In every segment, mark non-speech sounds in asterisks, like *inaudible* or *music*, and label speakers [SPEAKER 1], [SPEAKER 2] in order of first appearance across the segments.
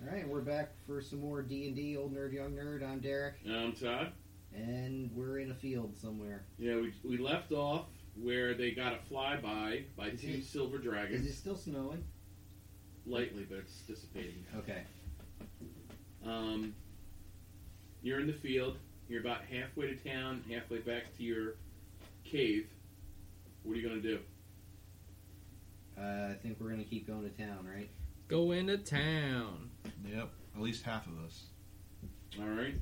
[SPEAKER 1] right, we're back for some more D and D. Old nerd, young nerd. I'm Derek,
[SPEAKER 2] Um, Todd?
[SPEAKER 1] and we're in a field somewhere.
[SPEAKER 2] Yeah, we, we left off where they got a flyby by
[SPEAKER 1] Is
[SPEAKER 2] two
[SPEAKER 1] it-
[SPEAKER 2] silver
[SPEAKER 1] Is
[SPEAKER 2] dragons.
[SPEAKER 1] it still snowing?
[SPEAKER 2] lightly, but it's dissipating.
[SPEAKER 1] Okay.
[SPEAKER 2] Um, you're in the field. You're about halfway to town, halfway back to your cave. What are you going to do?
[SPEAKER 1] Uh, I think we're gonna keep going to town, right?
[SPEAKER 3] Go into town.
[SPEAKER 4] Yep, at least half of us.
[SPEAKER 2] All right.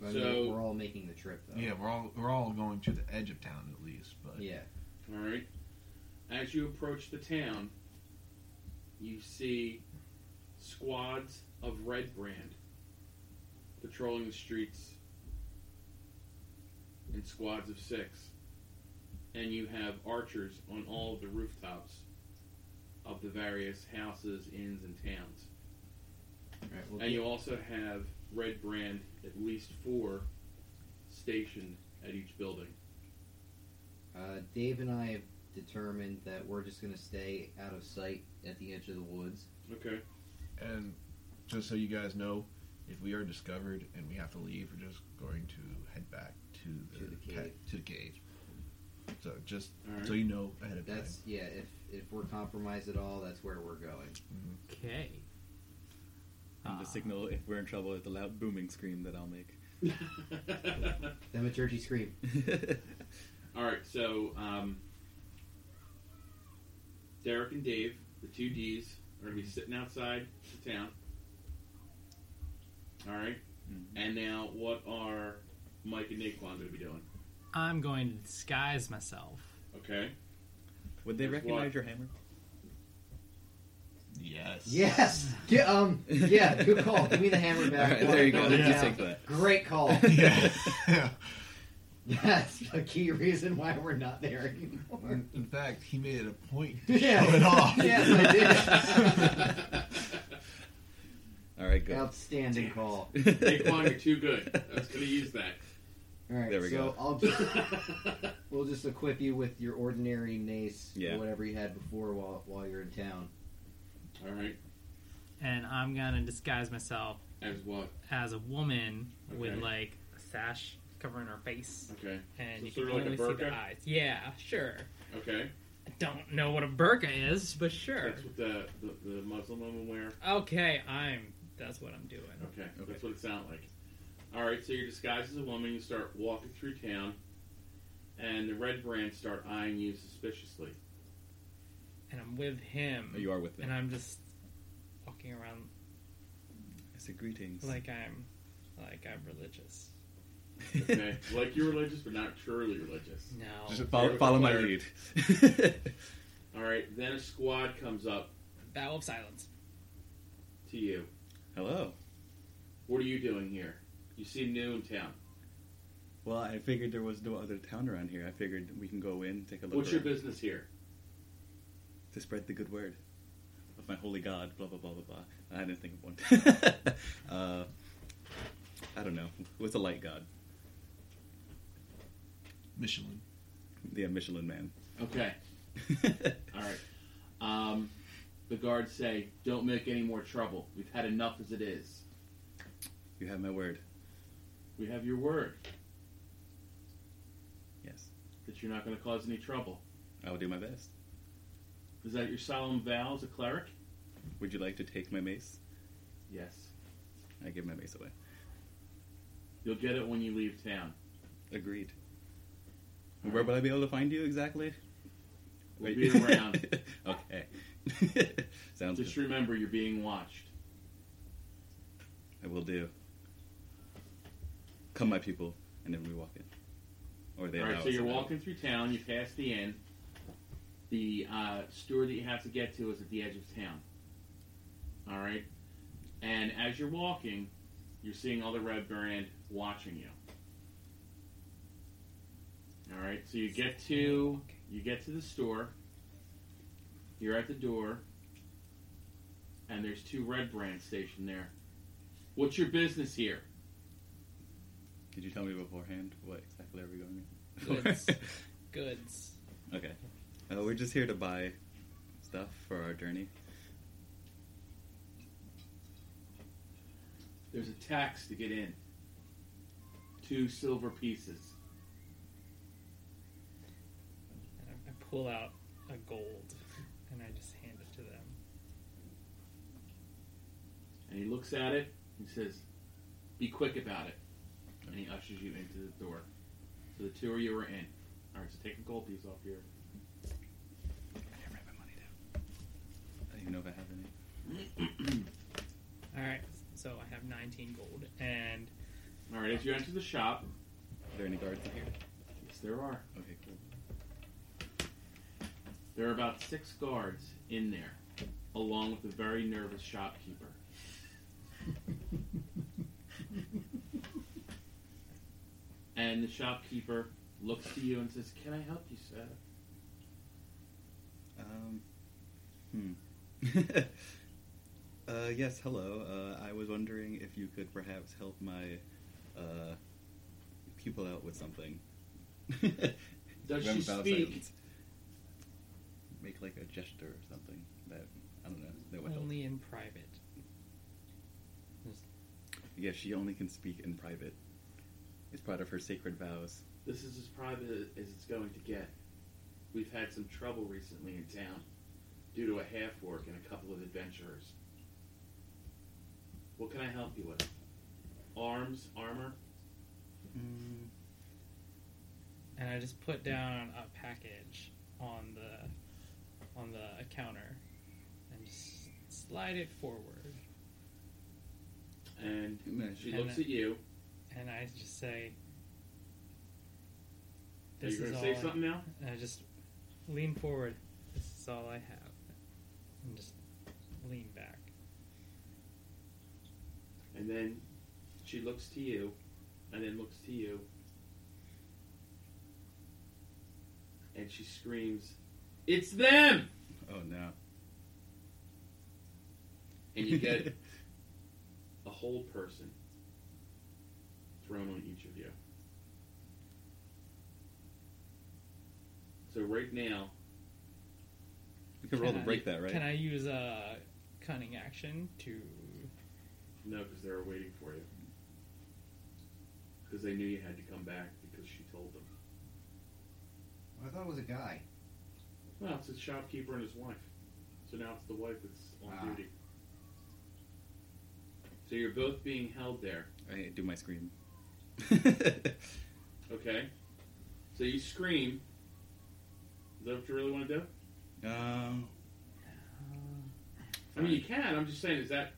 [SPEAKER 1] I mean,
[SPEAKER 2] So-
[SPEAKER 1] we're all making the trip, though.
[SPEAKER 4] Yeah, we're all we're all going to the edge of town at least, but
[SPEAKER 1] Yeah.
[SPEAKER 2] All right. As you approach the town, you see squads of Red Brand patrolling the streets in squads of six. And you have archers on all of the rooftops of the various houses, inns, and towns.
[SPEAKER 1] All right. We'll
[SPEAKER 2] And
[SPEAKER 1] keep,
[SPEAKER 2] you also have Red Brand, at least four, stationed at each building.
[SPEAKER 1] uh, Dave and I have determined that we're just gonna stay out of sight at the edge of the woods.
[SPEAKER 2] Okay. *laughs*
[SPEAKER 4] and just so you guys know, if we are discovered and we have to leave, we're just going to head back to the,
[SPEAKER 1] To the
[SPEAKER 4] ca-
[SPEAKER 1] cave.
[SPEAKER 4] to the cave. So just
[SPEAKER 2] All right.
[SPEAKER 4] so you know ahead of
[SPEAKER 1] That's yeah. If if we're compromised at all, that's where we're going.
[SPEAKER 3] Okay.
[SPEAKER 5] And
[SPEAKER 3] Ah.
[SPEAKER 5] to signal if we're in trouble with the loud booming scream that I'll make. *laughs*
[SPEAKER 1] Thaumaturgy scream.
[SPEAKER 2] All right, so um, Derek and Dave, the two D's, are gonna be sitting outside the town. All right,
[SPEAKER 5] Mhm.
[SPEAKER 2] and now what are Mike and Naquan gonna be doing?
[SPEAKER 3] I'm going to disguise myself.
[SPEAKER 2] Okay, *laughs*
[SPEAKER 5] Would they
[SPEAKER 2] There's
[SPEAKER 5] recognize
[SPEAKER 2] what?
[SPEAKER 5] your hammer?
[SPEAKER 4] time. Yes.
[SPEAKER 1] Yes. Get, um. Yeah. Good
[SPEAKER 5] *laughs*
[SPEAKER 1] call. Give me the hammer back.
[SPEAKER 5] Alright, there you go.
[SPEAKER 1] Yeah.
[SPEAKER 5] Let's just take that.
[SPEAKER 1] Great call.
[SPEAKER 4] *laughs* Yeah.
[SPEAKER 1] That's a key reason why we're not there anymore.
[SPEAKER 4] in, in fact, he made it a point to
[SPEAKER 1] Yeah. *laughs*
[SPEAKER 4] show it off.
[SPEAKER 1] Yes,
[SPEAKER 5] *laughs* All right,
[SPEAKER 1] I did.
[SPEAKER 5] go.
[SPEAKER 1] Outstanding call.
[SPEAKER 2] Naquan, you're too good. That's gonna use that. *laughs*
[SPEAKER 1] All right,
[SPEAKER 5] There we
[SPEAKER 1] so
[SPEAKER 5] go.
[SPEAKER 1] I'll just we'll just equip you with your ordinary mace
[SPEAKER 5] Yeah.
[SPEAKER 1] or whatever you had before while while you're in town.
[SPEAKER 2] All right,
[SPEAKER 3] And I'm going to disguise myself
[SPEAKER 2] as what?
[SPEAKER 3] as a woman with
[SPEAKER 2] Okay.
[SPEAKER 3] like a sash covering her face.
[SPEAKER 2] Okay,
[SPEAKER 3] And
[SPEAKER 2] So
[SPEAKER 3] you
[SPEAKER 2] sort of
[SPEAKER 3] can
[SPEAKER 2] like
[SPEAKER 3] only
[SPEAKER 2] a
[SPEAKER 3] see the
[SPEAKER 2] burqa?
[SPEAKER 3] eyes. Yeah, sure.
[SPEAKER 2] okay.
[SPEAKER 3] I don't know what a burqa is, but sure.
[SPEAKER 2] That's what the, the the Muslim women wear.
[SPEAKER 3] Okay, I'm. That's what I'm doing.
[SPEAKER 2] Okay,
[SPEAKER 5] Okay.
[SPEAKER 2] that's what it sounded like. All right, so you're disguised as a woman. You start walking through town, and the red brands start eyeing you suspiciously.
[SPEAKER 3] And I'm with him.
[SPEAKER 5] Oh, you are with me.
[SPEAKER 3] And I'm just walking around
[SPEAKER 5] I said greetings. *laughs*
[SPEAKER 3] like I'm, like I'm religious.
[SPEAKER 5] *laughs*
[SPEAKER 2] Okay, like you're religious, but not truly religious.
[SPEAKER 3] No.
[SPEAKER 5] Just follow, follow my lead. *laughs* All
[SPEAKER 2] All right, then a squad comes up
[SPEAKER 3] Vow of silence.
[SPEAKER 2] to you.
[SPEAKER 5] Hello.
[SPEAKER 2] What are you doing here? You seem new in town.
[SPEAKER 5] Well, I figured there was no other town around here. I figured we can go in, take a look.
[SPEAKER 2] What's your
[SPEAKER 5] around
[SPEAKER 2] business here?
[SPEAKER 5] to spread the good word of my holy God. Blah blah blah blah blah. I didn't think of one. *laughs* uh, I don't know. What's a light god?
[SPEAKER 4] Michelin.
[SPEAKER 5] Yeah, Michelin Man. *laughs*
[SPEAKER 2] Okay, all right. Um, the guards say, "Don't make any more trouble. We've had enough as it is.
[SPEAKER 5] you have my word.
[SPEAKER 2] We have your word
[SPEAKER 5] Yes,
[SPEAKER 2] that you're not going to cause any trouble."
[SPEAKER 5] I will do my best.
[SPEAKER 2] Is that your solemn vow as a cleric?
[SPEAKER 5] Would you like to take my mace?
[SPEAKER 2] Yes.
[SPEAKER 5] I give my mace away.
[SPEAKER 2] You'll get it when you leave town.
[SPEAKER 5] Agreed. Where would I be able to find you exactly?
[SPEAKER 2] We'll
[SPEAKER 5] Wait.
[SPEAKER 2] be around.
[SPEAKER 5] *laughs* okay. *laughs* Sounds
[SPEAKER 2] Just
[SPEAKER 5] good.
[SPEAKER 2] remember you're being watched.
[SPEAKER 5] I will do. Come, my people, and then we walk in. Or they
[SPEAKER 2] All right,
[SPEAKER 5] allow
[SPEAKER 2] so
[SPEAKER 5] us
[SPEAKER 2] you're
[SPEAKER 5] in.
[SPEAKER 2] walking through town. You pass the inn. The uh, store that you have to get to is at the edge of town. All right, and as you're walking, you're seeing all the red brand watching you. All right, so you get to you get to the store. You're at the door, and there's two red brand stationed there. What's your business here?
[SPEAKER 5] Did you tell me beforehand what exactly are we going?
[SPEAKER 3] Goods.
[SPEAKER 5] in?
[SPEAKER 3] Goods.
[SPEAKER 5] *laughs* okay. Uh, we're just here to buy stuff for our journey.
[SPEAKER 2] There's a tax to get in. Two silver pieces.
[SPEAKER 3] And I, I pull out a gold and I just hand it to them.
[SPEAKER 2] And he looks at it and says, Be quick about it. And he ushers you into the door. So the two of you are in. Alright, so take a gold piece off here.
[SPEAKER 5] I didn't write my money down. I didn't even know if I had any.
[SPEAKER 3] All right, so I have 19 gold, and
[SPEAKER 2] Alright, as you enter the shop,
[SPEAKER 5] Are there any guards in here?
[SPEAKER 2] yes, there are.
[SPEAKER 5] Okay, cool.
[SPEAKER 2] There are about six guards in there, along with a very nervous shopkeeper. and the shopkeeper looks to you and says, Can I help you, sir?
[SPEAKER 5] Um, hmm. *laughs* uh, yes, hello. Uh, I was wondering if you could perhaps help my uh, pupil out with something.
[SPEAKER 2] *laughs* Does
[SPEAKER 5] Remember
[SPEAKER 2] she
[SPEAKER 5] Battle
[SPEAKER 2] speak?
[SPEAKER 5] Silence? Make like a gesture or something that I don't know that would help.
[SPEAKER 3] only in private.
[SPEAKER 5] Yeah, she only can speak in private. It's part of her sacred vows.
[SPEAKER 2] This is as private as it's going to get. We've had some trouble recently in town due to a half orc and a couple of adventurers. What can I help you with? Arms, armor?
[SPEAKER 3] Mm. And I just put down a package on the on the counter and just slide it forward,
[SPEAKER 2] And
[SPEAKER 5] Mm,
[SPEAKER 2] she
[SPEAKER 3] And
[SPEAKER 2] looks
[SPEAKER 3] then-
[SPEAKER 2] at you.
[SPEAKER 3] and I just say,
[SPEAKER 2] Are you
[SPEAKER 3] "This
[SPEAKER 2] going
[SPEAKER 3] is
[SPEAKER 2] to
[SPEAKER 3] all."
[SPEAKER 2] say
[SPEAKER 3] I-
[SPEAKER 2] something now?
[SPEAKER 3] and I just lean forward. This is all I have, and just lean back.
[SPEAKER 2] And then she looks to you, and then looks to you, and she screams, "It's them!"
[SPEAKER 5] Oh no!
[SPEAKER 2] And you get a whole person thrown on each of you. So right now,
[SPEAKER 5] we can roll to
[SPEAKER 3] I-
[SPEAKER 5] break that, right?
[SPEAKER 3] Can I use a cunning action to?
[SPEAKER 2] no, because they were waiting for you, because they knew you had to come back because she told them.
[SPEAKER 1] I thought it was a guy.
[SPEAKER 2] Well, it's a shopkeeper and his wife. So now it's the wife that's on
[SPEAKER 1] Ah.
[SPEAKER 2] duty. So you're both being held there,
[SPEAKER 5] I do my scream. *laughs*
[SPEAKER 2] okay? So you scream. Is that what you really want to do?
[SPEAKER 5] um, *laughs*
[SPEAKER 2] I mean, you can. I'm just saying, is that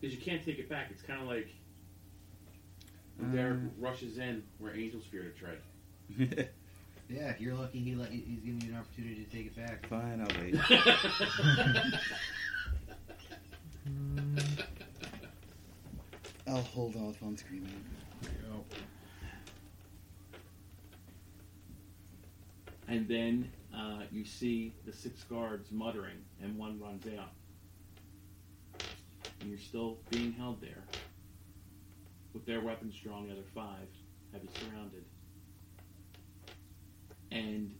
[SPEAKER 2] because you can't take it back? It's kind of like when Derek
[SPEAKER 5] Um.
[SPEAKER 2] rushes in where Angel's fear to tread.
[SPEAKER 1] Yeah, you're lucky he let, he's giving you an opportunity to take it back.
[SPEAKER 5] fine, I'll wait. I'll hold off on screaming.
[SPEAKER 4] Oh,
[SPEAKER 2] and then uh, you see the six guards muttering, and one runs out. And you're still being held there. With their weapons drawn, the other five have you surrounded. And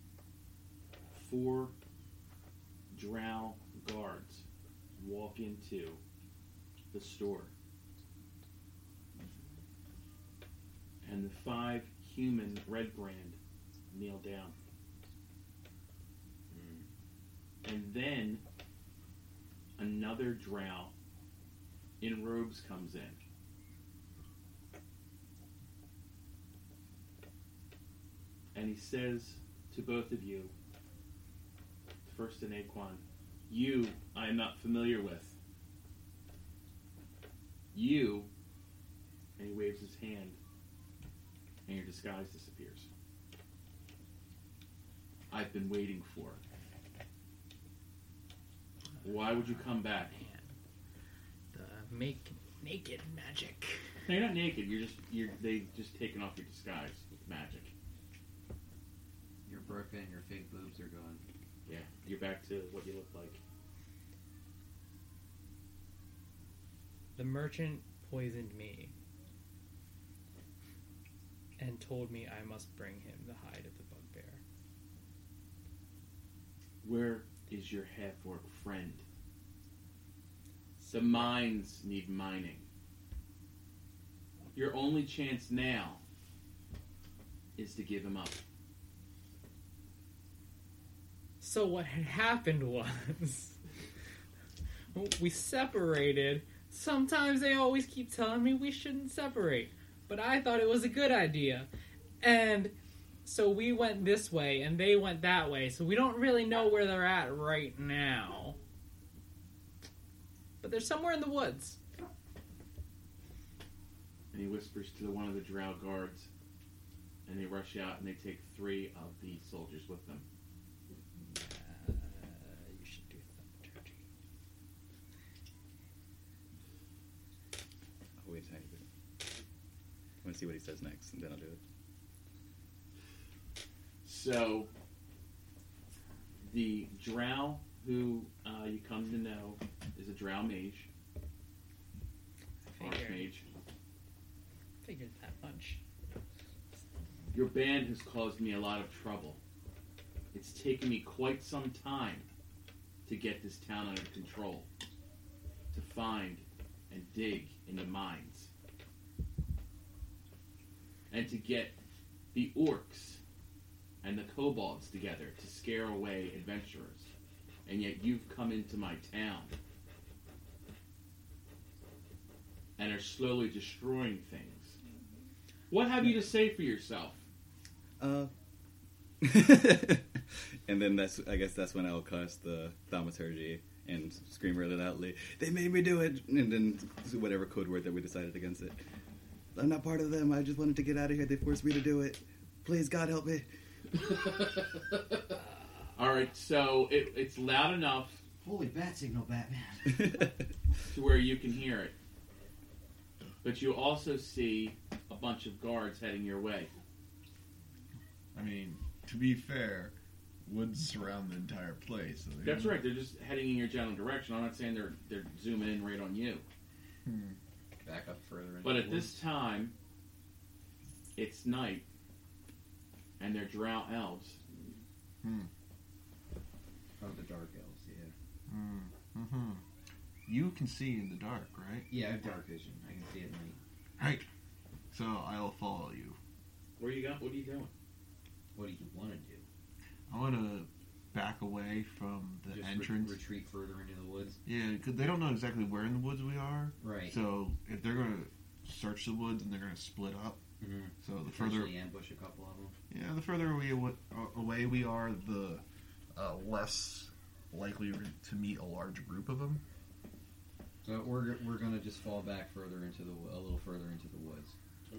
[SPEAKER 2] four drow guards walk into the store. And the five human red brand kneel down. And then another drow in robes comes in. And he says to both of you, first to Naquan, you I am not familiar with. You, and he waves his hand, and your disguise disappears. I've been waiting for it.
[SPEAKER 3] uh,
[SPEAKER 2] Why would you come back?
[SPEAKER 3] The make naked magic.
[SPEAKER 2] No, you're not naked. You're just you're they just taken off your disguise with magic.
[SPEAKER 1] You're broken and your fake boobs are gone.
[SPEAKER 2] Yeah, you're back to what you look like.
[SPEAKER 3] The merchant poisoned me and told me I must bring him the hide of the bugbear.
[SPEAKER 2] Where is your half orc friend? The mines need mining. Your only chance now is to give him up.
[SPEAKER 3] So what had happened was we separated. Sometimes they always keep telling me we shouldn't separate, but I thought it was a good idea. And so we went this way and they went that way. So we don't really know where they're at right now. But they're somewhere in the woods.
[SPEAKER 2] And he whispers to the, one of the drow guards, and they rush out and they take three of the soldiers with them.
[SPEAKER 3] Uh, you should do thaumaturgy.
[SPEAKER 5] I'll wait a tiny bit. I want to see what he says next, and then I'll do it.
[SPEAKER 2] So, the drow who uh, you come to know is a drow mage,
[SPEAKER 3] Figured,
[SPEAKER 2] archmage.
[SPEAKER 3] figured that much.
[SPEAKER 2] Your band has caused me a lot of trouble. It's taken me quite some time to get this town under control, to find and dig in the mines, and to get the orcs and the kobolds together to scare away adventurers. And yet you've come into my town and are slowly destroying things. What have you to say for yourself?
[SPEAKER 5] Uh. *laughs* and then that's I guess that's when I'll cast the thaumaturgy and scream really loudly. They made me do it, and then whatever code word that we decided against it. I'm not part of them. I just wanted to get out of here. They forced me to do it. Please, God help me.
[SPEAKER 2] All right, so it, it's loud enough
[SPEAKER 1] Holy bat signal, Batman.
[SPEAKER 2] to where you can hear it, but you also see a bunch of guards heading your way.
[SPEAKER 4] I mean, to be fair, woods surround the entire place. so they-
[SPEAKER 2] That's right; they're just heading in your general direction. I'm not saying they're they're zooming in right on you,
[SPEAKER 4] Hmm.
[SPEAKER 1] *laughs* Back up further. into
[SPEAKER 2] but
[SPEAKER 1] the
[SPEAKER 2] at this time, it's night, and they're drow elves.
[SPEAKER 1] woods. Oh, the dark elves. Yeah.
[SPEAKER 4] Hmm. Mm-hmm. You can see in the dark, right?
[SPEAKER 1] Yeah, I have dark vision. I can see at night.
[SPEAKER 4] Right. So I'll follow you.
[SPEAKER 2] Where you got? What are you doing?
[SPEAKER 1] What do you want to do?
[SPEAKER 4] I want to back away from the
[SPEAKER 1] Just re-
[SPEAKER 4] entrance.
[SPEAKER 1] retreat further into the woods.
[SPEAKER 4] Yeah, 'cause they don't know exactly where in the woods we are.
[SPEAKER 1] Right.
[SPEAKER 4] So if they're gonna search the woods and they're gonna split up,
[SPEAKER 1] Mhm.
[SPEAKER 4] so the further
[SPEAKER 1] Potentially ambush a couple of them.
[SPEAKER 4] yeah, the further we awa- away we are, the uh, less likely we're to meet a large group of them.
[SPEAKER 1] So Uh, we're we're gonna just fall back further into the a little further into the woods,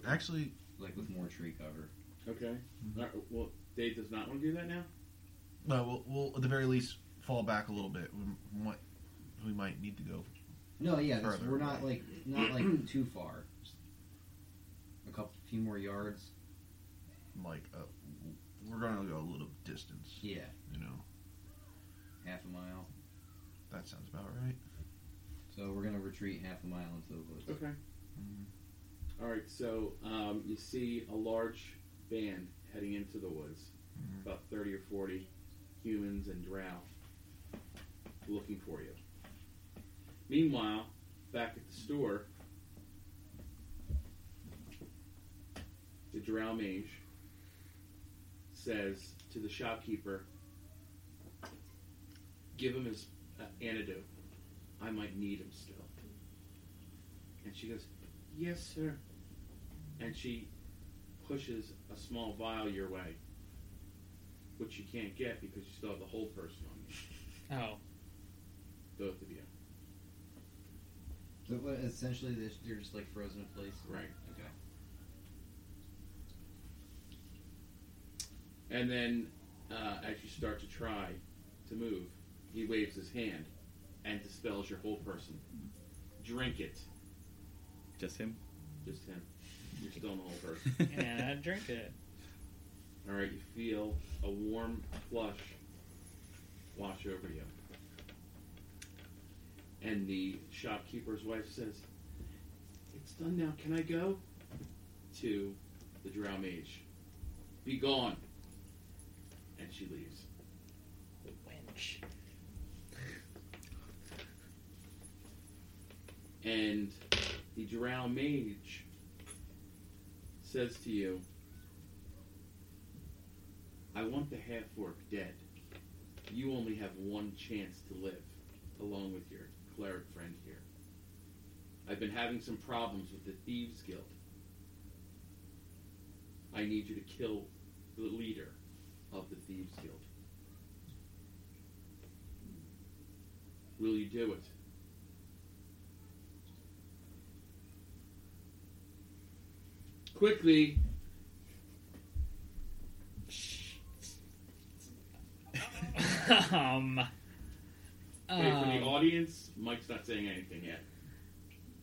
[SPEAKER 4] Actually,
[SPEAKER 1] like with more tree cover.
[SPEAKER 2] Okay. well, Dave does not want to do that now.
[SPEAKER 4] no, we'll, we'll at the very least fall back a little bit. We might we might need to go.
[SPEAKER 1] No, yeah, that's-
[SPEAKER 4] Further
[SPEAKER 1] we're not
[SPEAKER 4] away.
[SPEAKER 1] like not like too far. Just a couple, few more yards.
[SPEAKER 4] Like uh, we're gonna go a little distance.
[SPEAKER 1] Yeah,
[SPEAKER 4] You know,
[SPEAKER 1] half a mile.
[SPEAKER 4] that sounds about right.
[SPEAKER 1] So we're gonna retreat half a mile into the woods.
[SPEAKER 2] Okay.
[SPEAKER 4] Mhm.
[SPEAKER 2] Mm-hmm. All right, so um, you see a large band heading into the woods,
[SPEAKER 4] Mhm.
[SPEAKER 2] about 30 or 40 humans and drow looking for you. Meanwhile, back at the store, the drow mage says to the shopkeeper, Give him his uh, antidote. I might need him still. And she goes, Yes, sir. And she pushes a small vial your way, which you can't get because you still have the whole person on you,
[SPEAKER 3] *laughs* Oh,
[SPEAKER 2] both of you.
[SPEAKER 1] So what, essentially, they're they're just like frozen in place.
[SPEAKER 2] Right.
[SPEAKER 1] Okay.
[SPEAKER 2] And then, uh, as you start to try to move, he waves his hand and dispels your whole person. Drink it.
[SPEAKER 5] *laughs* Just him.
[SPEAKER 2] Just him. You're still in the whole person.
[SPEAKER 3] and I drink it.
[SPEAKER 2] All right, you feel a warm flush wash over you. And the shopkeeper's wife says, It's done now, can I go? To the drow mage. Be gone. And she leaves.
[SPEAKER 3] Wench. *laughs*
[SPEAKER 2] And the drow mage says to you, I want the half orc dead. You only have one chance to live, along with your cleric friend here. I've been having some problems with the Thieves Guild. I need you to kill the leader of the Thieves Guild. Will you do it? Quickly.
[SPEAKER 3] um,
[SPEAKER 2] Wait for the
[SPEAKER 3] um,
[SPEAKER 2] audience. Mike's not saying anything yet.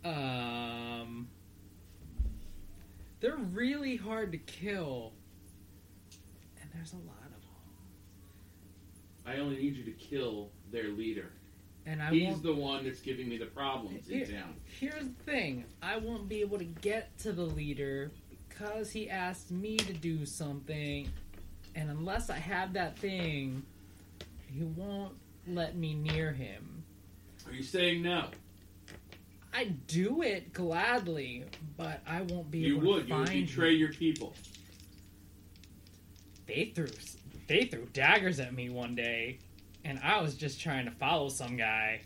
[SPEAKER 3] um, they're really hard to kill, and there's a lot of them.
[SPEAKER 2] I only need you to kill their leader.
[SPEAKER 3] And I
[SPEAKER 2] He's
[SPEAKER 3] won't,
[SPEAKER 2] the one that's giving me the problems in
[SPEAKER 3] Here-
[SPEAKER 2] town.
[SPEAKER 3] here's the thing: I won't be able to get to the leader because he asked me to do something, and unless I have that thing, he won't let me near him.
[SPEAKER 2] Are you saying no?
[SPEAKER 3] I do it gladly, but I won't be
[SPEAKER 2] You
[SPEAKER 3] able
[SPEAKER 2] would.
[SPEAKER 3] to
[SPEAKER 2] You would
[SPEAKER 3] find
[SPEAKER 2] betray your people.
[SPEAKER 3] They threw s- they threw daggers at me one day, and I was just trying to follow some guy.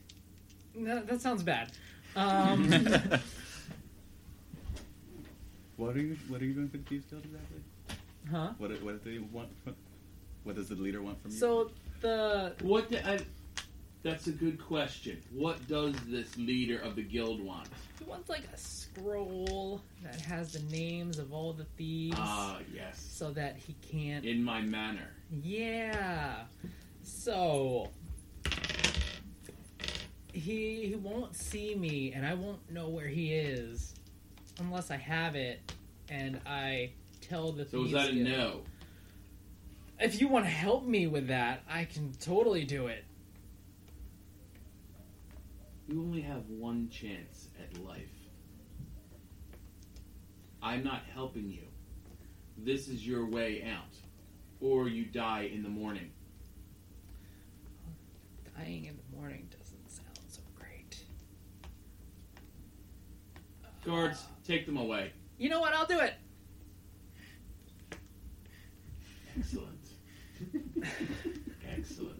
[SPEAKER 3] No, that sounds bad. Um,
[SPEAKER 5] what are you What are you doing for the Thieves Guild exactly?
[SPEAKER 3] huh?
[SPEAKER 5] What do- What do they want? From, what does the leader want from you?
[SPEAKER 3] So the
[SPEAKER 2] What? The, I, that's a good question. What does this leader of the guild want?
[SPEAKER 3] he wants like a scroll that has the names of all the thieves,
[SPEAKER 2] Ah, yes.
[SPEAKER 3] so that he can't.
[SPEAKER 2] In my manner.
[SPEAKER 3] Yeah. So he he won't see me and I won't know where he is unless I have it and I tell the
[SPEAKER 2] So is
[SPEAKER 3] thieves
[SPEAKER 2] that a
[SPEAKER 3] guild.
[SPEAKER 2] no?
[SPEAKER 3] If you want to help me with that, I can totally do it.
[SPEAKER 2] You only have one chance at life. I'm not helping you. This is your way out. Or you die in the morning.
[SPEAKER 3] Dying in the morning doesn't sound so great.
[SPEAKER 2] Guards, take them away.
[SPEAKER 3] You know what? I'll do it.
[SPEAKER 2] Excellent. Excellent.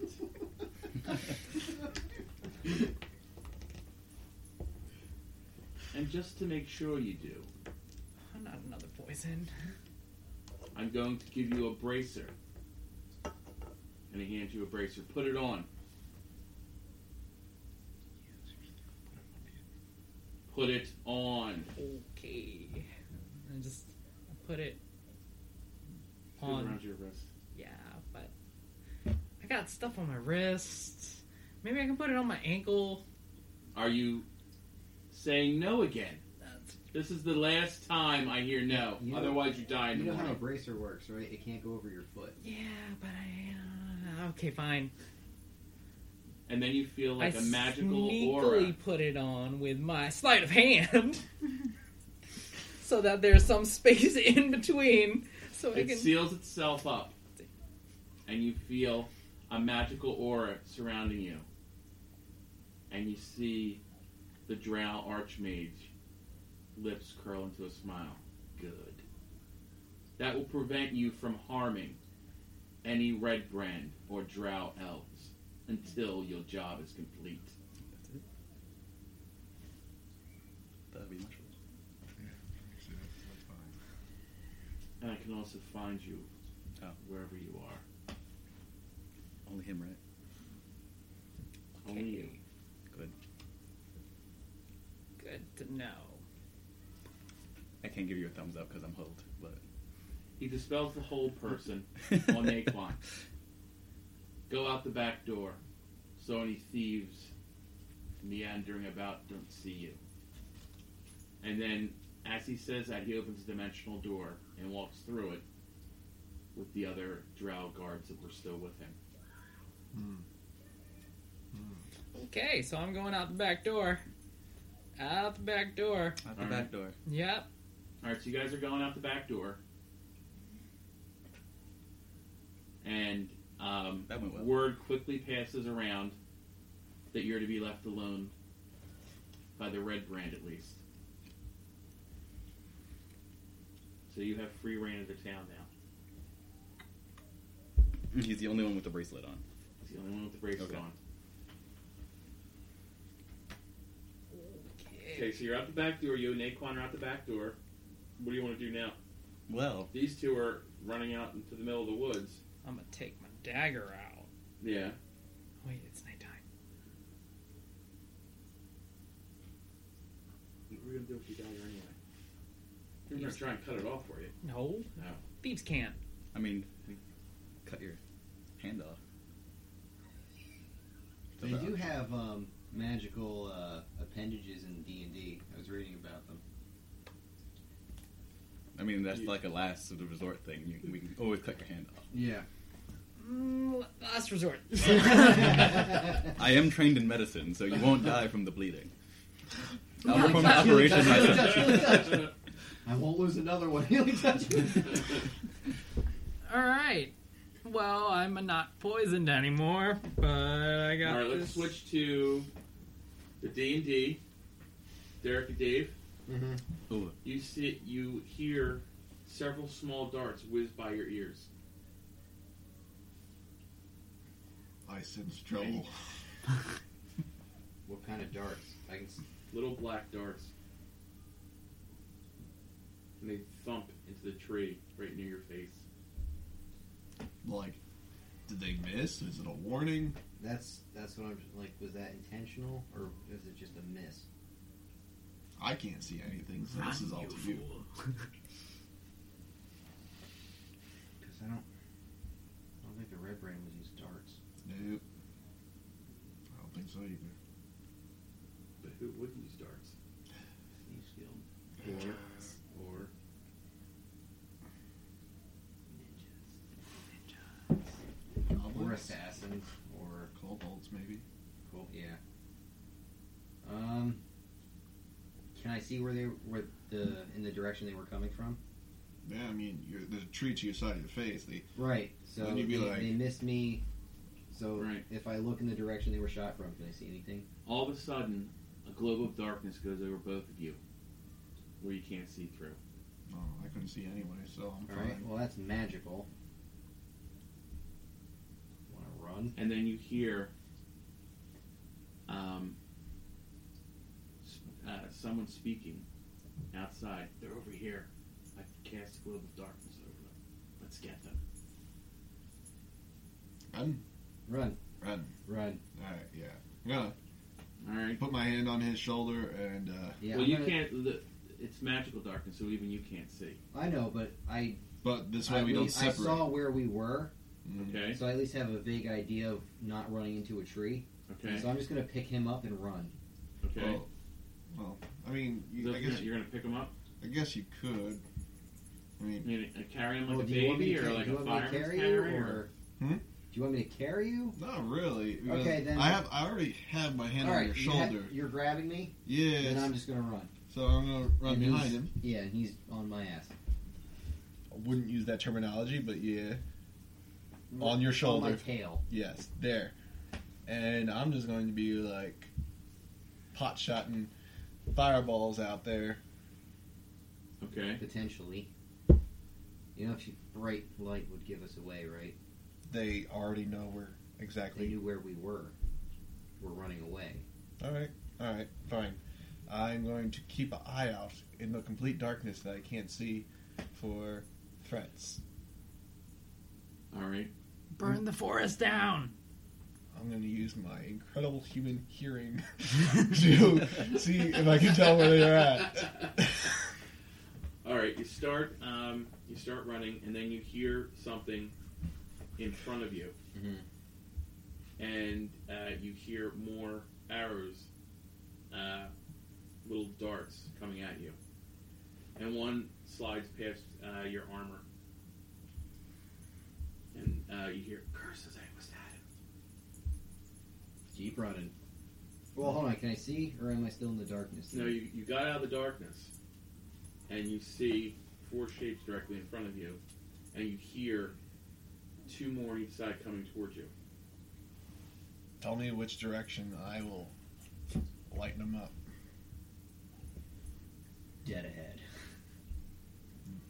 [SPEAKER 2] And just to make sure you do,
[SPEAKER 3] I'm not another poison.
[SPEAKER 2] I'm going to give you a bracer. And he hands you a bracer. Put it on. Put it on.
[SPEAKER 3] Okay. And just put it
[SPEAKER 2] Put it
[SPEAKER 3] On.
[SPEAKER 2] around your wrist.
[SPEAKER 3] Yeah, but I got stuff on my wrist. Maybe I can put it on my ankle.
[SPEAKER 2] Are you saying no again?
[SPEAKER 3] That's-
[SPEAKER 2] This is the last time I hear no.
[SPEAKER 1] You know-
[SPEAKER 2] Otherwise, you die in
[SPEAKER 1] You
[SPEAKER 2] the
[SPEAKER 1] know how a
[SPEAKER 2] morning.
[SPEAKER 1] bracer works, right? It can't go over your foot.
[SPEAKER 3] yeah, but I. Uh, okay, fine.
[SPEAKER 2] And then you feel like
[SPEAKER 3] I
[SPEAKER 2] a magical
[SPEAKER 3] sneakily
[SPEAKER 2] aura.
[SPEAKER 3] put it on with my sleight of hand, *laughs* so that there's some space *laughs* in between, so I
[SPEAKER 2] It
[SPEAKER 3] can.
[SPEAKER 2] seals itself up. And you feel a magical aura surrounding you. And you see the drow archmage lips curl into a smile. Good. That will prevent you from harming any red brand or drow elves until your job is complete.
[SPEAKER 5] That's it. That'd be much.
[SPEAKER 4] So that's- that's fine.
[SPEAKER 2] And I can also find you
[SPEAKER 5] Oh.
[SPEAKER 2] wherever you are.
[SPEAKER 5] Only him, right?
[SPEAKER 2] Only you.
[SPEAKER 5] Good.
[SPEAKER 3] Good to know.
[SPEAKER 5] I can't give you a thumbs up because I'm hold, but
[SPEAKER 2] He dispels the whole person on
[SPEAKER 5] *laughs*
[SPEAKER 2] Naquan. Go out the back door. So any thieves meandering about don't see you. And then, as he says that, he opens a dimensional door and walks through it with the other drow guards that were still with him.
[SPEAKER 3] Okay, so I'm going out the back door. Out the back door.
[SPEAKER 5] Out
[SPEAKER 2] the back
[SPEAKER 5] door.
[SPEAKER 3] Yep.
[SPEAKER 2] Alright, so you guys are going out the back door. And um,
[SPEAKER 5] That went well.
[SPEAKER 2] word quickly passes around that you're to be left alone by the red brand at least. So you have free reign of the town now.
[SPEAKER 5] He's the only one with the bracelet on.
[SPEAKER 2] He's the only one with the bracelet
[SPEAKER 5] Okay.
[SPEAKER 2] on. Okay, so you're out the back door. You and Naquan are out the back door. What do you want to do now?
[SPEAKER 5] Well,
[SPEAKER 2] These two are running out into the middle of the woods.
[SPEAKER 3] I'm gonna take my dagger out.
[SPEAKER 2] Yeah.
[SPEAKER 3] Wait, it's nighttime.
[SPEAKER 2] What are we gonna do if you die anyway? We're gonna
[SPEAKER 3] Yes.
[SPEAKER 2] try and cut it off for you.
[SPEAKER 3] No,
[SPEAKER 2] *laughs* No.
[SPEAKER 3] thieves can't.
[SPEAKER 5] I mean, cut your hand off.
[SPEAKER 1] They do have um, magical uh, appendages in D and D. I was reading about them.
[SPEAKER 5] I mean, that's
[SPEAKER 2] You-
[SPEAKER 5] like a last sort of resort thing. You, we can always cut your hand off.
[SPEAKER 1] *laughs* Yeah.
[SPEAKER 3] Mm, last *laughs* resort.
[SPEAKER 5] I am trained in medicine, so you won't die from the bleeding. I'll
[SPEAKER 1] Healing
[SPEAKER 5] perform the
[SPEAKER 1] touch, healing touch,
[SPEAKER 5] operation
[SPEAKER 1] healing
[SPEAKER 5] myself.
[SPEAKER 1] touch, healing touch.
[SPEAKER 2] *laughs*
[SPEAKER 1] I won't lose another one. *laughs* Healing touch.
[SPEAKER 3] All right. Well, I'm not poisoned anymore, but I
[SPEAKER 2] All
[SPEAKER 3] got
[SPEAKER 2] right, let's
[SPEAKER 3] this.
[SPEAKER 2] switch to the D and D. Derek and Dave,
[SPEAKER 1] Mhm.
[SPEAKER 5] *laughs* Ooh,
[SPEAKER 2] you see, you hear several small darts whiz by your ears.
[SPEAKER 4] I sense trouble.
[SPEAKER 1] What kind of darts? I can. s-
[SPEAKER 2] Little black darts. And they thump into the tree right near your face.
[SPEAKER 4] Like, did they miss? Is it a warning?
[SPEAKER 1] That's that's what I'm like. Was that intentional or is it just a miss?
[SPEAKER 4] I can't see anything, so this is all to you.
[SPEAKER 1] Because I don't. I don't think the red brain would use darts.
[SPEAKER 4] Nope. I don't think so either.
[SPEAKER 2] But who would use darts?
[SPEAKER 1] Thieves Guild
[SPEAKER 2] Or, or
[SPEAKER 1] ninjas, or
[SPEAKER 4] Kobolds?
[SPEAKER 1] assassins, or
[SPEAKER 4] Kobolds,
[SPEAKER 5] *laughs*
[SPEAKER 4] maybe. *laughs*
[SPEAKER 1] cool. Yeah. Um. Can I see where they were the in the direction they were coming from?
[SPEAKER 4] Yeah, I mean, you're, there's a tree to your side of your face. They,
[SPEAKER 1] Right. So
[SPEAKER 4] Wouldn't you be
[SPEAKER 1] they,
[SPEAKER 4] like-
[SPEAKER 1] they missed me. So
[SPEAKER 2] Right.
[SPEAKER 1] if I look in the direction they were shot from, can I see anything?
[SPEAKER 2] all of a sudden, a globe of darkness goes over both of you, where you can't see through.
[SPEAKER 4] oh, I couldn't see anyway, so I'm
[SPEAKER 1] All
[SPEAKER 4] fine.
[SPEAKER 1] right. Well, that's magical. Want to run?
[SPEAKER 2] And then you hear um, s- uh, someone speaking outside. They're over here. I cast a globe of darkness over them. Let's get them.
[SPEAKER 4] Run,
[SPEAKER 1] Run.
[SPEAKER 4] run.
[SPEAKER 1] Run.
[SPEAKER 4] All right, yeah. I'm gonna
[SPEAKER 2] All right.
[SPEAKER 4] put my hand on his shoulder and uh,
[SPEAKER 1] Yeah.
[SPEAKER 2] well,
[SPEAKER 1] I'm
[SPEAKER 2] you
[SPEAKER 1] gonna-
[SPEAKER 2] can't. Look, it's magical darkness, so even you can't see.
[SPEAKER 1] I know, but I
[SPEAKER 4] But this way
[SPEAKER 1] I,
[SPEAKER 4] we
[SPEAKER 1] we-
[SPEAKER 4] don't
[SPEAKER 1] I
[SPEAKER 4] separate.
[SPEAKER 1] saw where we were,
[SPEAKER 4] Mm.
[SPEAKER 2] Okay.
[SPEAKER 1] so I at least have a vague idea of not running into a tree.
[SPEAKER 2] Okay.
[SPEAKER 1] So I'm just gonna pick him up and run.
[SPEAKER 2] Okay.
[SPEAKER 1] Oh,
[SPEAKER 4] Well, well, I mean,
[SPEAKER 2] So
[SPEAKER 4] you, I guess
[SPEAKER 2] you're gonna pick them up.
[SPEAKER 4] I guess you could.
[SPEAKER 2] I
[SPEAKER 4] I mean,
[SPEAKER 2] mean, uh, carry them like
[SPEAKER 1] Oh,
[SPEAKER 2] a
[SPEAKER 1] do you want me
[SPEAKER 2] baby
[SPEAKER 1] to,
[SPEAKER 2] or
[SPEAKER 1] ca-
[SPEAKER 2] like
[SPEAKER 1] do you
[SPEAKER 2] a
[SPEAKER 1] want me to
[SPEAKER 2] fireman's
[SPEAKER 1] carry you,
[SPEAKER 2] carry
[SPEAKER 1] or
[SPEAKER 4] Hmm?
[SPEAKER 1] do you want me to carry you?
[SPEAKER 4] not really. because
[SPEAKER 1] Okay, then-
[SPEAKER 4] I have. I already have my hand
[SPEAKER 1] All
[SPEAKER 4] on
[SPEAKER 1] right,
[SPEAKER 4] your
[SPEAKER 1] you ha-
[SPEAKER 4] shoulder.
[SPEAKER 1] you're grabbing me,
[SPEAKER 4] yes.
[SPEAKER 1] and I'm just gonna run.
[SPEAKER 4] so I'm gonna run
[SPEAKER 1] And
[SPEAKER 4] behind
[SPEAKER 1] he's-
[SPEAKER 4] him.
[SPEAKER 1] Yeah, and he's on my ass.
[SPEAKER 4] I wouldn't use that terminology, but yeah.
[SPEAKER 1] On
[SPEAKER 4] On your shoulder.
[SPEAKER 1] my tail.
[SPEAKER 4] Yes, there. And I'm just going to be like pot shotting fireballs out there.
[SPEAKER 2] Okay.
[SPEAKER 1] Potentially. You know, if she, bright light would give us away, right?
[SPEAKER 4] They already know we're
[SPEAKER 1] They
[SPEAKER 4] exactly
[SPEAKER 1] knew where we were. We're running away.
[SPEAKER 4] All right, all right, fine. I'm going to keep an eye out in the complete darkness that I can't see for threats.
[SPEAKER 2] All right.
[SPEAKER 3] Burn the forest down.
[SPEAKER 4] I'm going to use my incredible human hearing *laughs*
[SPEAKER 5] *laughs*
[SPEAKER 4] to see if I can tell where they are at.
[SPEAKER 2] All right, you start. Um, you start running, and then you hear something in front of you,
[SPEAKER 1] Mhm.
[SPEAKER 2] and uh, you hear more arrows, uh, little darts coming at you, and one slides past uh, your armor, and uh, you hear curses. I almost had him.
[SPEAKER 1] Keep running. Well, hold on. Can I see, or am I still in the darkness?
[SPEAKER 2] No, you, you got out of the darkness, and you see four shapes directly in front of you, and you hear two more each side coming towards you.
[SPEAKER 4] tell me which direction I will lighten them up.
[SPEAKER 1] dead ahead.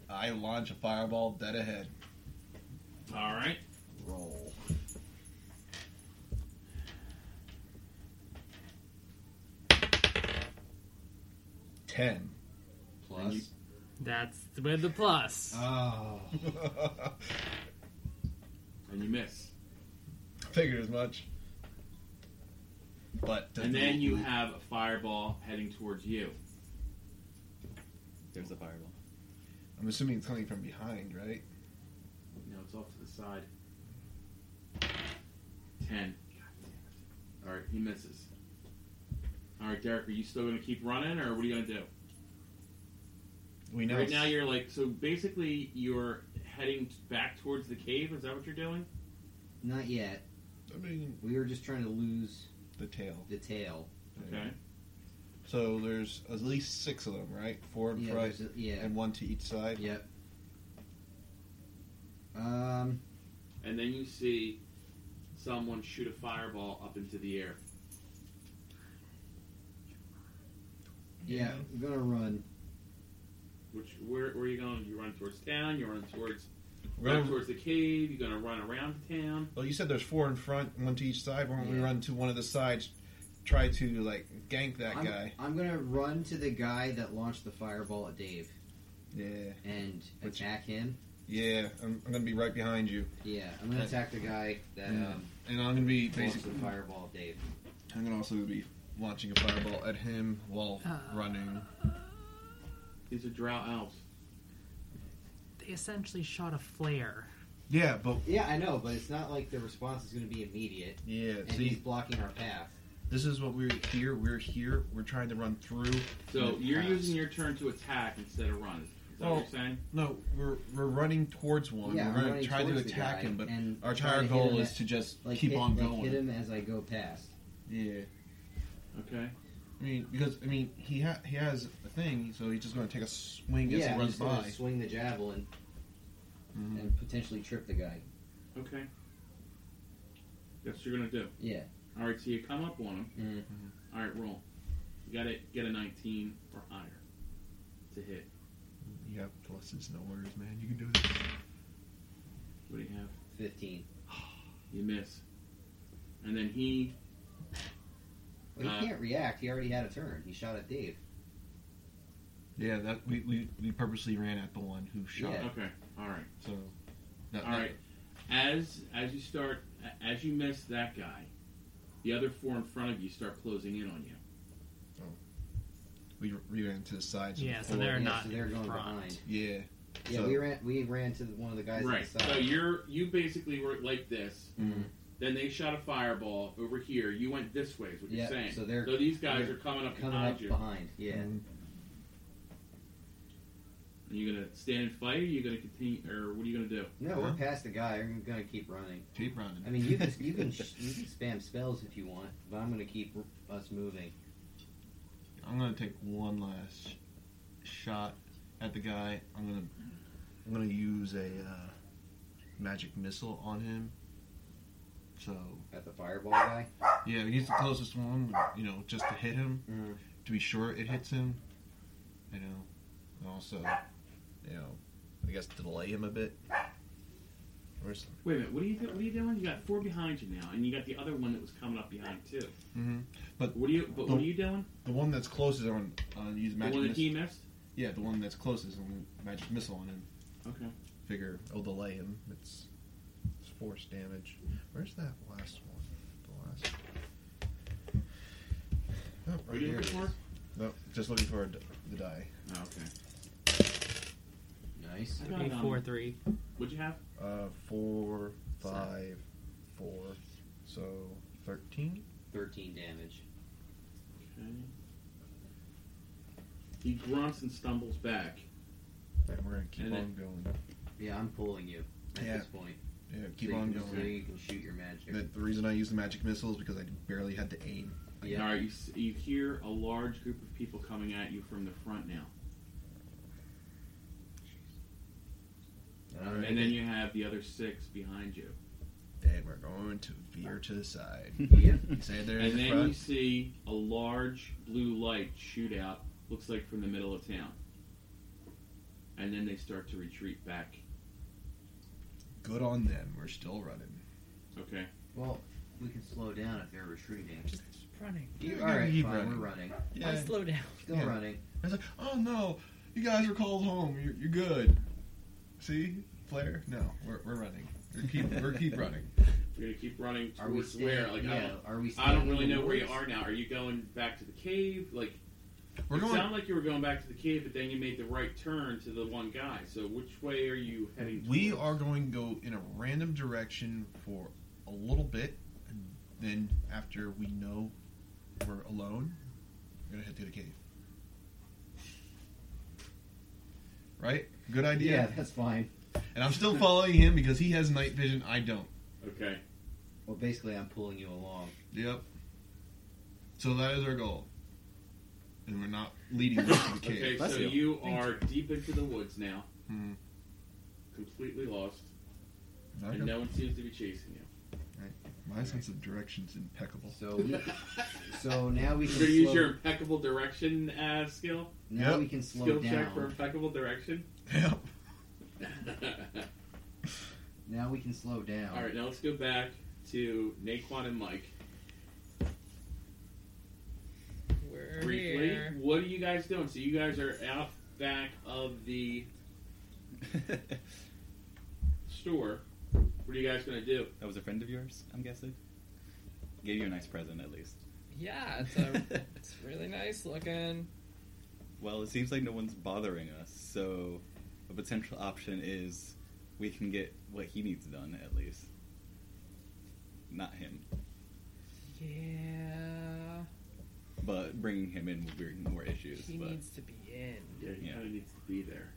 [SPEAKER 4] I I launch a fireball dead ahead.
[SPEAKER 2] All right.
[SPEAKER 4] Roll. Ten.
[SPEAKER 1] Plus.
[SPEAKER 3] That's with the plus.
[SPEAKER 2] Uh, Ah.
[SPEAKER 4] *laughs*
[SPEAKER 1] Oh.
[SPEAKER 2] And you miss.
[SPEAKER 4] Figured as much. But uh,
[SPEAKER 2] And then you have a fireball heading towards you.
[SPEAKER 5] There's a fireball.
[SPEAKER 4] I'm assuming it's coming from behind, right?
[SPEAKER 2] No, it's off to the side. Ten. God damn it. All right, he misses. All right, Derek, are you still going to keep running, or what are you going to do?
[SPEAKER 4] We know.
[SPEAKER 2] Right now, you're like so. Basically, you're heading t- back towards the cave. Is that what you're doing?
[SPEAKER 1] Not yet.
[SPEAKER 4] I mean,
[SPEAKER 1] We were just trying to lose
[SPEAKER 4] the tail.
[SPEAKER 1] the tail.
[SPEAKER 2] Okay.
[SPEAKER 4] So there's at least six of them, right? Four in
[SPEAKER 1] Yeah.
[SPEAKER 4] front
[SPEAKER 1] there's a- yeah.
[SPEAKER 4] and one to each side.
[SPEAKER 1] Yep. Um.
[SPEAKER 2] And then you see someone shoot a fireball up into the air.
[SPEAKER 1] Yeah, I'm gonna run.
[SPEAKER 2] Which where, where are you going? You run towards town. You run towards
[SPEAKER 4] We're
[SPEAKER 2] run
[SPEAKER 4] gonna-
[SPEAKER 2] towards the cave. You're going to run around town.
[SPEAKER 4] Well, you said there's four in front, one to each side. Why don't we
[SPEAKER 1] Yeah.
[SPEAKER 4] run to one of the sides, try to like gank that
[SPEAKER 1] I'm,
[SPEAKER 4] guy?
[SPEAKER 1] I'm gonna run to the guy that launched the fireball at Dave
[SPEAKER 4] Yeah,
[SPEAKER 1] and
[SPEAKER 4] Which-
[SPEAKER 1] attack him.
[SPEAKER 4] yeah. I'm, I'm gonna be right behind you,
[SPEAKER 1] Yeah, I'm gonna
[SPEAKER 4] Okay.
[SPEAKER 1] attack the guy that
[SPEAKER 4] Yeah.
[SPEAKER 1] um,
[SPEAKER 4] and I'm gonna be
[SPEAKER 1] launched the
[SPEAKER 4] basically.
[SPEAKER 1] fireball at Dave.
[SPEAKER 4] I'm gonna also be launching a fireball at him while
[SPEAKER 1] Uh.
[SPEAKER 4] running.
[SPEAKER 2] These are drow elves.
[SPEAKER 3] They essentially shot a flare.
[SPEAKER 4] Yeah, but
[SPEAKER 1] Yeah, I know, but it's not like the response is gonna be immediate,
[SPEAKER 4] yeah.
[SPEAKER 1] and he's
[SPEAKER 4] See,
[SPEAKER 1] blocking our path.
[SPEAKER 4] this is what we're here. We're here. We're trying to run through.
[SPEAKER 2] So
[SPEAKER 4] the
[SPEAKER 2] you're
[SPEAKER 4] pass.
[SPEAKER 2] using your turn to attack instead of run. Is that
[SPEAKER 4] Well,
[SPEAKER 2] what you're saying?
[SPEAKER 4] No, we're we're running towards one.
[SPEAKER 1] yeah,
[SPEAKER 4] we're
[SPEAKER 1] I'm
[SPEAKER 4] gonna
[SPEAKER 1] running
[SPEAKER 4] try to
[SPEAKER 1] towards the
[SPEAKER 4] attack
[SPEAKER 1] guy
[SPEAKER 4] him, but
[SPEAKER 1] and
[SPEAKER 4] our
[SPEAKER 1] try to
[SPEAKER 4] entire
[SPEAKER 1] hit
[SPEAKER 4] goal
[SPEAKER 1] him
[SPEAKER 4] is
[SPEAKER 1] at-
[SPEAKER 4] to just
[SPEAKER 1] like
[SPEAKER 4] keep
[SPEAKER 1] hit,
[SPEAKER 4] on
[SPEAKER 1] like,
[SPEAKER 4] going.
[SPEAKER 1] hit him as I go past.
[SPEAKER 4] Yeah.
[SPEAKER 2] Okay.
[SPEAKER 4] I mean, because I mean, he ha- he has a thing, so he's just going to take a swing as
[SPEAKER 1] yeah,
[SPEAKER 4] he
[SPEAKER 1] I'm
[SPEAKER 4] runs
[SPEAKER 1] just gonna
[SPEAKER 4] by.
[SPEAKER 1] swing the javelin
[SPEAKER 4] Mhm.
[SPEAKER 1] and potentially trip the guy.
[SPEAKER 2] Okay. That's what you're gonna do.
[SPEAKER 1] Yeah,
[SPEAKER 2] All right, so you come up on him.
[SPEAKER 1] Mhm.
[SPEAKER 2] All right, roll. You gotta get a 19 or higher to hit.
[SPEAKER 4] You have pluses, no worries, man. You can do this.
[SPEAKER 2] What do you have?
[SPEAKER 1] fifteen.
[SPEAKER 2] You miss. And then he.
[SPEAKER 1] Well, he
[SPEAKER 2] Uh,
[SPEAKER 1] can't react. He already had a turn. He shot at Dave.
[SPEAKER 4] Yeah, that we, we, we purposely ran at the one who shot.
[SPEAKER 1] Yeah.
[SPEAKER 2] Okay. All right.
[SPEAKER 4] So, not,
[SPEAKER 2] All right. As as you start, as you miss that guy, the other four in front of you start closing in on you.
[SPEAKER 4] we, we ran to the side.
[SPEAKER 3] Yeah,
[SPEAKER 4] the
[SPEAKER 3] so
[SPEAKER 4] four-
[SPEAKER 3] they're
[SPEAKER 1] yeah,
[SPEAKER 3] not
[SPEAKER 1] so they're
[SPEAKER 3] in
[SPEAKER 1] going
[SPEAKER 3] front.
[SPEAKER 1] behind.
[SPEAKER 4] Yeah,
[SPEAKER 1] Yeah,
[SPEAKER 4] So-
[SPEAKER 1] we ran. We ran to the, one of the guys. uh,
[SPEAKER 2] Right.
[SPEAKER 1] At the side.
[SPEAKER 2] So you're you basically were like this.
[SPEAKER 1] Hmm.
[SPEAKER 4] Mhm.
[SPEAKER 2] Then they shot a fireball over here. You went this way. Is what
[SPEAKER 1] Yeah,
[SPEAKER 2] you're saying.
[SPEAKER 1] so they're-
[SPEAKER 2] these guys
[SPEAKER 1] they're
[SPEAKER 2] are coming up
[SPEAKER 1] coming
[SPEAKER 2] behind
[SPEAKER 1] up
[SPEAKER 2] you.
[SPEAKER 1] behind. Yeah.
[SPEAKER 4] Mhm.
[SPEAKER 2] Are you gonna stand and fight? Or are you gonna continue? Or what are you gonna do?
[SPEAKER 1] No,
[SPEAKER 4] Huh?
[SPEAKER 1] we're past the guy. I'm gonna keep running.
[SPEAKER 4] keep running.
[SPEAKER 1] I mean, you can you can sh- you can spam spells if you want, but I'm gonna keep r- us moving.
[SPEAKER 4] I'm gonna take one last shot at the guy. I'm gonna I'm gonna use a uh, magic missile on him. So
[SPEAKER 1] At the fireball guy.
[SPEAKER 4] yeah, he's the closest one. You know, just to hit him.
[SPEAKER 1] Mm.
[SPEAKER 4] to be sure it hits him. You know, and also, you know, I guess delay him a bit. Where's
[SPEAKER 2] Wait a minute. What are you do- What are you doing? You got four behind you now, and you got the other one that was coming up behind too.
[SPEAKER 4] hmm
[SPEAKER 2] What are you? But what are you doing?
[SPEAKER 4] the one that's closest on on use
[SPEAKER 2] The
[SPEAKER 4] magic?
[SPEAKER 2] one that he
[SPEAKER 4] missile.
[SPEAKER 2] missed.
[SPEAKER 4] Yeah, the one that's closest on magic missile on him.
[SPEAKER 2] Okay.
[SPEAKER 4] Figure I'll delay him. It's, it's force damage. Where's that last one? The last. Oh,
[SPEAKER 2] Are
[SPEAKER 4] right
[SPEAKER 2] you
[SPEAKER 4] here.
[SPEAKER 2] looking for? it?
[SPEAKER 4] No, just looking for a d- the die.
[SPEAKER 2] Oh, okay.
[SPEAKER 1] Nice.
[SPEAKER 2] I got,
[SPEAKER 3] Three,
[SPEAKER 2] um,
[SPEAKER 3] four, three.
[SPEAKER 2] What'd you have?
[SPEAKER 4] Uh, four, five, four. So thirteen.
[SPEAKER 1] Thirteen damage.
[SPEAKER 2] Okay. He grunts and stumbles back.
[SPEAKER 4] And we're gonna keep
[SPEAKER 2] And
[SPEAKER 4] on going.
[SPEAKER 1] Yeah, I'm pulling you at
[SPEAKER 4] Yeah.
[SPEAKER 1] this point.
[SPEAKER 4] Yeah, keep
[SPEAKER 1] so
[SPEAKER 4] on
[SPEAKER 1] you can, So
[SPEAKER 4] going.
[SPEAKER 1] you can shoot your magic.
[SPEAKER 4] The, the reason I use the magic missile is because I barely had to aim.
[SPEAKER 1] Yeah.
[SPEAKER 2] All right, you, s- you hear a large group of people coming at you from the front now.
[SPEAKER 1] And I'm
[SPEAKER 2] And
[SPEAKER 1] making-
[SPEAKER 2] then you have the other six behind you.
[SPEAKER 4] And we're going to veer to the
[SPEAKER 5] *laughs*
[SPEAKER 4] side.
[SPEAKER 1] Yep.
[SPEAKER 4] You say they're in
[SPEAKER 2] And
[SPEAKER 4] the
[SPEAKER 2] then you
[SPEAKER 4] front.
[SPEAKER 2] see a large blue light shoot out, looks like from the middle of town. and then they start to retreat back.
[SPEAKER 4] Good on them. We're still running.
[SPEAKER 2] Okay.
[SPEAKER 1] Well, we can slow down if they're retreating.
[SPEAKER 3] Just, just running.
[SPEAKER 1] You,
[SPEAKER 4] Yeah,
[SPEAKER 1] all right,
[SPEAKER 4] keep
[SPEAKER 1] fine.
[SPEAKER 4] running.
[SPEAKER 1] We're running.
[SPEAKER 3] Why
[SPEAKER 4] Yeah.
[SPEAKER 3] slow down?
[SPEAKER 1] Still
[SPEAKER 4] Yeah.
[SPEAKER 1] running.
[SPEAKER 4] I was like, oh no, you guys are called home. You're, you're good. See, Flair? No, we're, we're running. We're keep we're keep running.
[SPEAKER 2] We're gonna keep running
[SPEAKER 1] Are we
[SPEAKER 2] towards where?
[SPEAKER 1] staying?
[SPEAKER 2] Like I
[SPEAKER 1] yeah.
[SPEAKER 2] don't,
[SPEAKER 1] Are we?
[SPEAKER 2] I
[SPEAKER 1] Staying
[SPEAKER 2] don't really
[SPEAKER 1] in the
[SPEAKER 2] know where you
[SPEAKER 1] woods?
[SPEAKER 2] are now. Are you going back to the cave? Like
[SPEAKER 4] We're
[SPEAKER 2] it
[SPEAKER 4] going.
[SPEAKER 2] sound like you were going back to the cave, but then you made the right turn to the one guy. So which way are you heading?
[SPEAKER 4] We
[SPEAKER 2] towards?
[SPEAKER 4] are going to go in a random direction for a little bit, and then after we know we're alone, we're gonna head to the cave. Right? Good
[SPEAKER 1] Yeah,
[SPEAKER 4] idea.
[SPEAKER 1] that's fine.
[SPEAKER 4] And I'm still following him because he has night vision. I don't.
[SPEAKER 2] Okay.
[SPEAKER 1] Well, basically, I'm pulling you along.
[SPEAKER 4] Yep. So that is our goal. And we're not leading them to the cave.
[SPEAKER 2] Okay.
[SPEAKER 5] Bless
[SPEAKER 2] so
[SPEAKER 5] you.
[SPEAKER 2] you are deep into the woods now,
[SPEAKER 4] Mhm.
[SPEAKER 2] completely lost,
[SPEAKER 4] Not
[SPEAKER 2] and
[SPEAKER 4] gonna-
[SPEAKER 2] no one seems to be chasing you.
[SPEAKER 4] My sense of direction's impeccable.
[SPEAKER 1] So,
[SPEAKER 4] *laughs*
[SPEAKER 1] we, so now we
[SPEAKER 2] You're
[SPEAKER 1] can
[SPEAKER 2] gonna use
[SPEAKER 1] slow,
[SPEAKER 2] your impeccable direction uh, skill.
[SPEAKER 1] now
[SPEAKER 4] Yep.
[SPEAKER 1] we can slow
[SPEAKER 2] skill
[SPEAKER 1] down.
[SPEAKER 2] check for impeccable direction.
[SPEAKER 4] Yep.
[SPEAKER 1] Now we can slow down.
[SPEAKER 2] *laughs* All right, now let's go back to Naquan and Mike.
[SPEAKER 3] We're
[SPEAKER 2] Briefly,
[SPEAKER 3] here.
[SPEAKER 2] what are you guys doing? So you guys are out back of the store. What are you guys gonna do?
[SPEAKER 5] that was a friend of yours, I'm guessing. Gave you a nice present, at least.
[SPEAKER 3] Yeah, it's, a,
[SPEAKER 2] *laughs*
[SPEAKER 3] it's really nice looking.
[SPEAKER 5] Well, it seems like no one's bothering us, so a potential option is we can get what he needs done, at least. Not him,
[SPEAKER 3] Yeah.
[SPEAKER 5] but bringing him in will be more issues.
[SPEAKER 3] He
[SPEAKER 5] but
[SPEAKER 3] needs to be in.
[SPEAKER 2] Yeah, he
[SPEAKER 5] Yeah.
[SPEAKER 2] kind of needs to be there.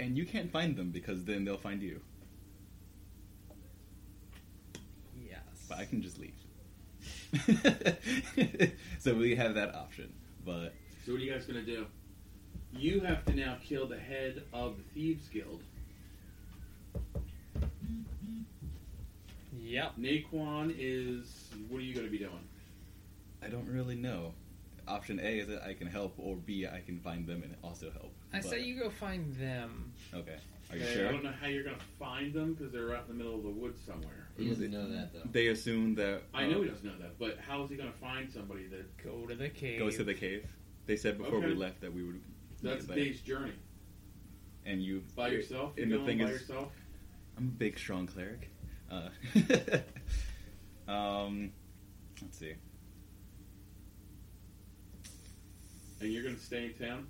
[SPEAKER 5] and you can't find them because then they'll find you.
[SPEAKER 3] Yes.
[SPEAKER 5] But I can just leave. *laughs* so we have that option, but
[SPEAKER 2] So what are you guys gonna do? You have to now kill the head of the thieves guild.
[SPEAKER 3] Yep.
[SPEAKER 2] Naquan is. What are you gonna be doing?
[SPEAKER 5] I don't really know. Option A is that I can help, or B I can find them and also help.
[SPEAKER 3] I
[SPEAKER 5] But-
[SPEAKER 3] say you go find them.
[SPEAKER 5] Okay. Are you
[SPEAKER 2] Okay, I
[SPEAKER 5] sure?
[SPEAKER 2] don't know how you're gonna find them because they're out in the middle of the woods somewhere.
[SPEAKER 1] He doesn't know that though.
[SPEAKER 5] They assume that
[SPEAKER 2] I know
[SPEAKER 5] uh,
[SPEAKER 2] he doesn't know that, but how is he gonna find somebody that?
[SPEAKER 3] Go to the cave.
[SPEAKER 5] goes to the cave. They said before
[SPEAKER 2] Okay.
[SPEAKER 5] we left that we would.
[SPEAKER 2] That's
[SPEAKER 5] meet
[SPEAKER 2] a
[SPEAKER 5] there.
[SPEAKER 2] day's journey
[SPEAKER 5] and you
[SPEAKER 2] by yourself. You're
[SPEAKER 5] And the
[SPEAKER 2] going
[SPEAKER 5] thing
[SPEAKER 2] by
[SPEAKER 5] is,
[SPEAKER 2] yourself.
[SPEAKER 5] I'm a big, strong cleric. Uh, *laughs* um, let's see.
[SPEAKER 2] And you're going to stay in town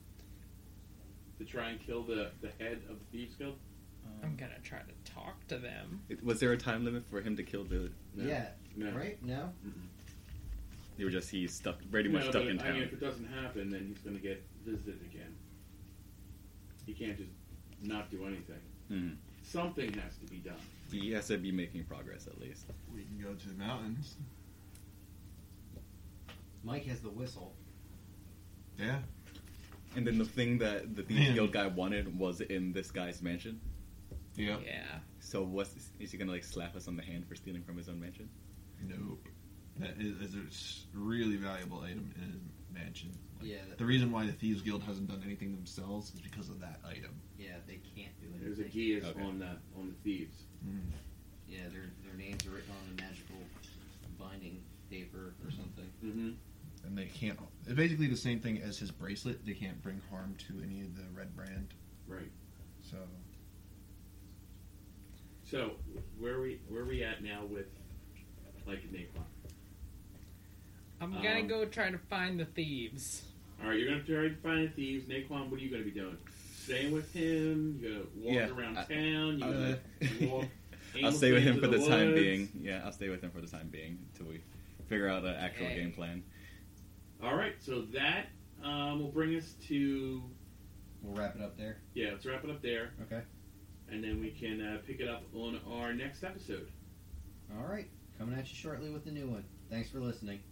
[SPEAKER 2] to try and kill the, the head of the thieves guild?
[SPEAKER 3] I'm
[SPEAKER 5] Um,
[SPEAKER 3] gonna try to talk to them.
[SPEAKER 5] it- was there a time limit for him to kill the?
[SPEAKER 2] No.
[SPEAKER 1] Yeah.
[SPEAKER 2] No.
[SPEAKER 1] Right? No?
[SPEAKER 5] They were just he's stuck, pretty
[SPEAKER 2] No,
[SPEAKER 5] much
[SPEAKER 2] but
[SPEAKER 5] stuck in
[SPEAKER 2] I mean,
[SPEAKER 5] town.
[SPEAKER 2] if it doesn't happen, then he's going to get visited again. He can't just not do anything.
[SPEAKER 5] Mhm.
[SPEAKER 2] Something has to be done.
[SPEAKER 5] He has to be making progress at least.
[SPEAKER 4] We can go to the mountains.
[SPEAKER 1] Mike has the whistle.
[SPEAKER 4] Yeah.
[SPEAKER 5] And then the thing that the thieves
[SPEAKER 4] Man.
[SPEAKER 5] guild guy wanted was in this guy's mansion.
[SPEAKER 4] Yep.
[SPEAKER 3] Yeah.
[SPEAKER 5] So what's is he gonna like slap us on the hand for stealing from his own mansion?
[SPEAKER 4] Nope. That is, is a s- really valuable item in his mansion. Like,
[SPEAKER 1] Yeah.
[SPEAKER 4] The reason why the Thieves Guild hasn't done anything themselves is because of that item.
[SPEAKER 1] Yeah. They can't do
[SPEAKER 2] There's a
[SPEAKER 1] anything.
[SPEAKER 2] geas
[SPEAKER 5] Okay.
[SPEAKER 2] on the on the thieves.
[SPEAKER 1] Yeah. Their their names are written on the magical binding paper or something.
[SPEAKER 2] Mm-hmm.
[SPEAKER 4] And they can't. It's basically the same thing as his bracelet. They can't bring harm to any of the red brand.
[SPEAKER 2] Right.
[SPEAKER 4] So
[SPEAKER 2] So where are we where are we at now with like Napalm?
[SPEAKER 3] I'm gonna
[SPEAKER 2] Um,
[SPEAKER 3] go try to find the thieves.
[SPEAKER 2] All right, you're gonna try to find the thieves. Naquan, what are you gonna be doing? Staying with him? You gonna walk
[SPEAKER 5] Yeah,
[SPEAKER 2] around
[SPEAKER 5] I-
[SPEAKER 2] town? You
[SPEAKER 5] Uh,
[SPEAKER 2] gonna *laughs* walk?
[SPEAKER 5] *laughs* I'll stay with
[SPEAKER 2] aimlessly
[SPEAKER 5] him
[SPEAKER 2] into
[SPEAKER 5] for the, time
[SPEAKER 2] woods?
[SPEAKER 5] being. Yeah, I'll stay with him for the time being until we figure out an actual
[SPEAKER 3] Hey.
[SPEAKER 5] game plan.
[SPEAKER 2] All right, so that um, will bring us to
[SPEAKER 1] We'll wrap it up there.
[SPEAKER 2] yeah. Let's wrap it up there,
[SPEAKER 1] Okay.
[SPEAKER 2] and then we can uh, pick it up on our next episode.
[SPEAKER 1] All right. Coming at you shortly with the new one. Thanks for listening.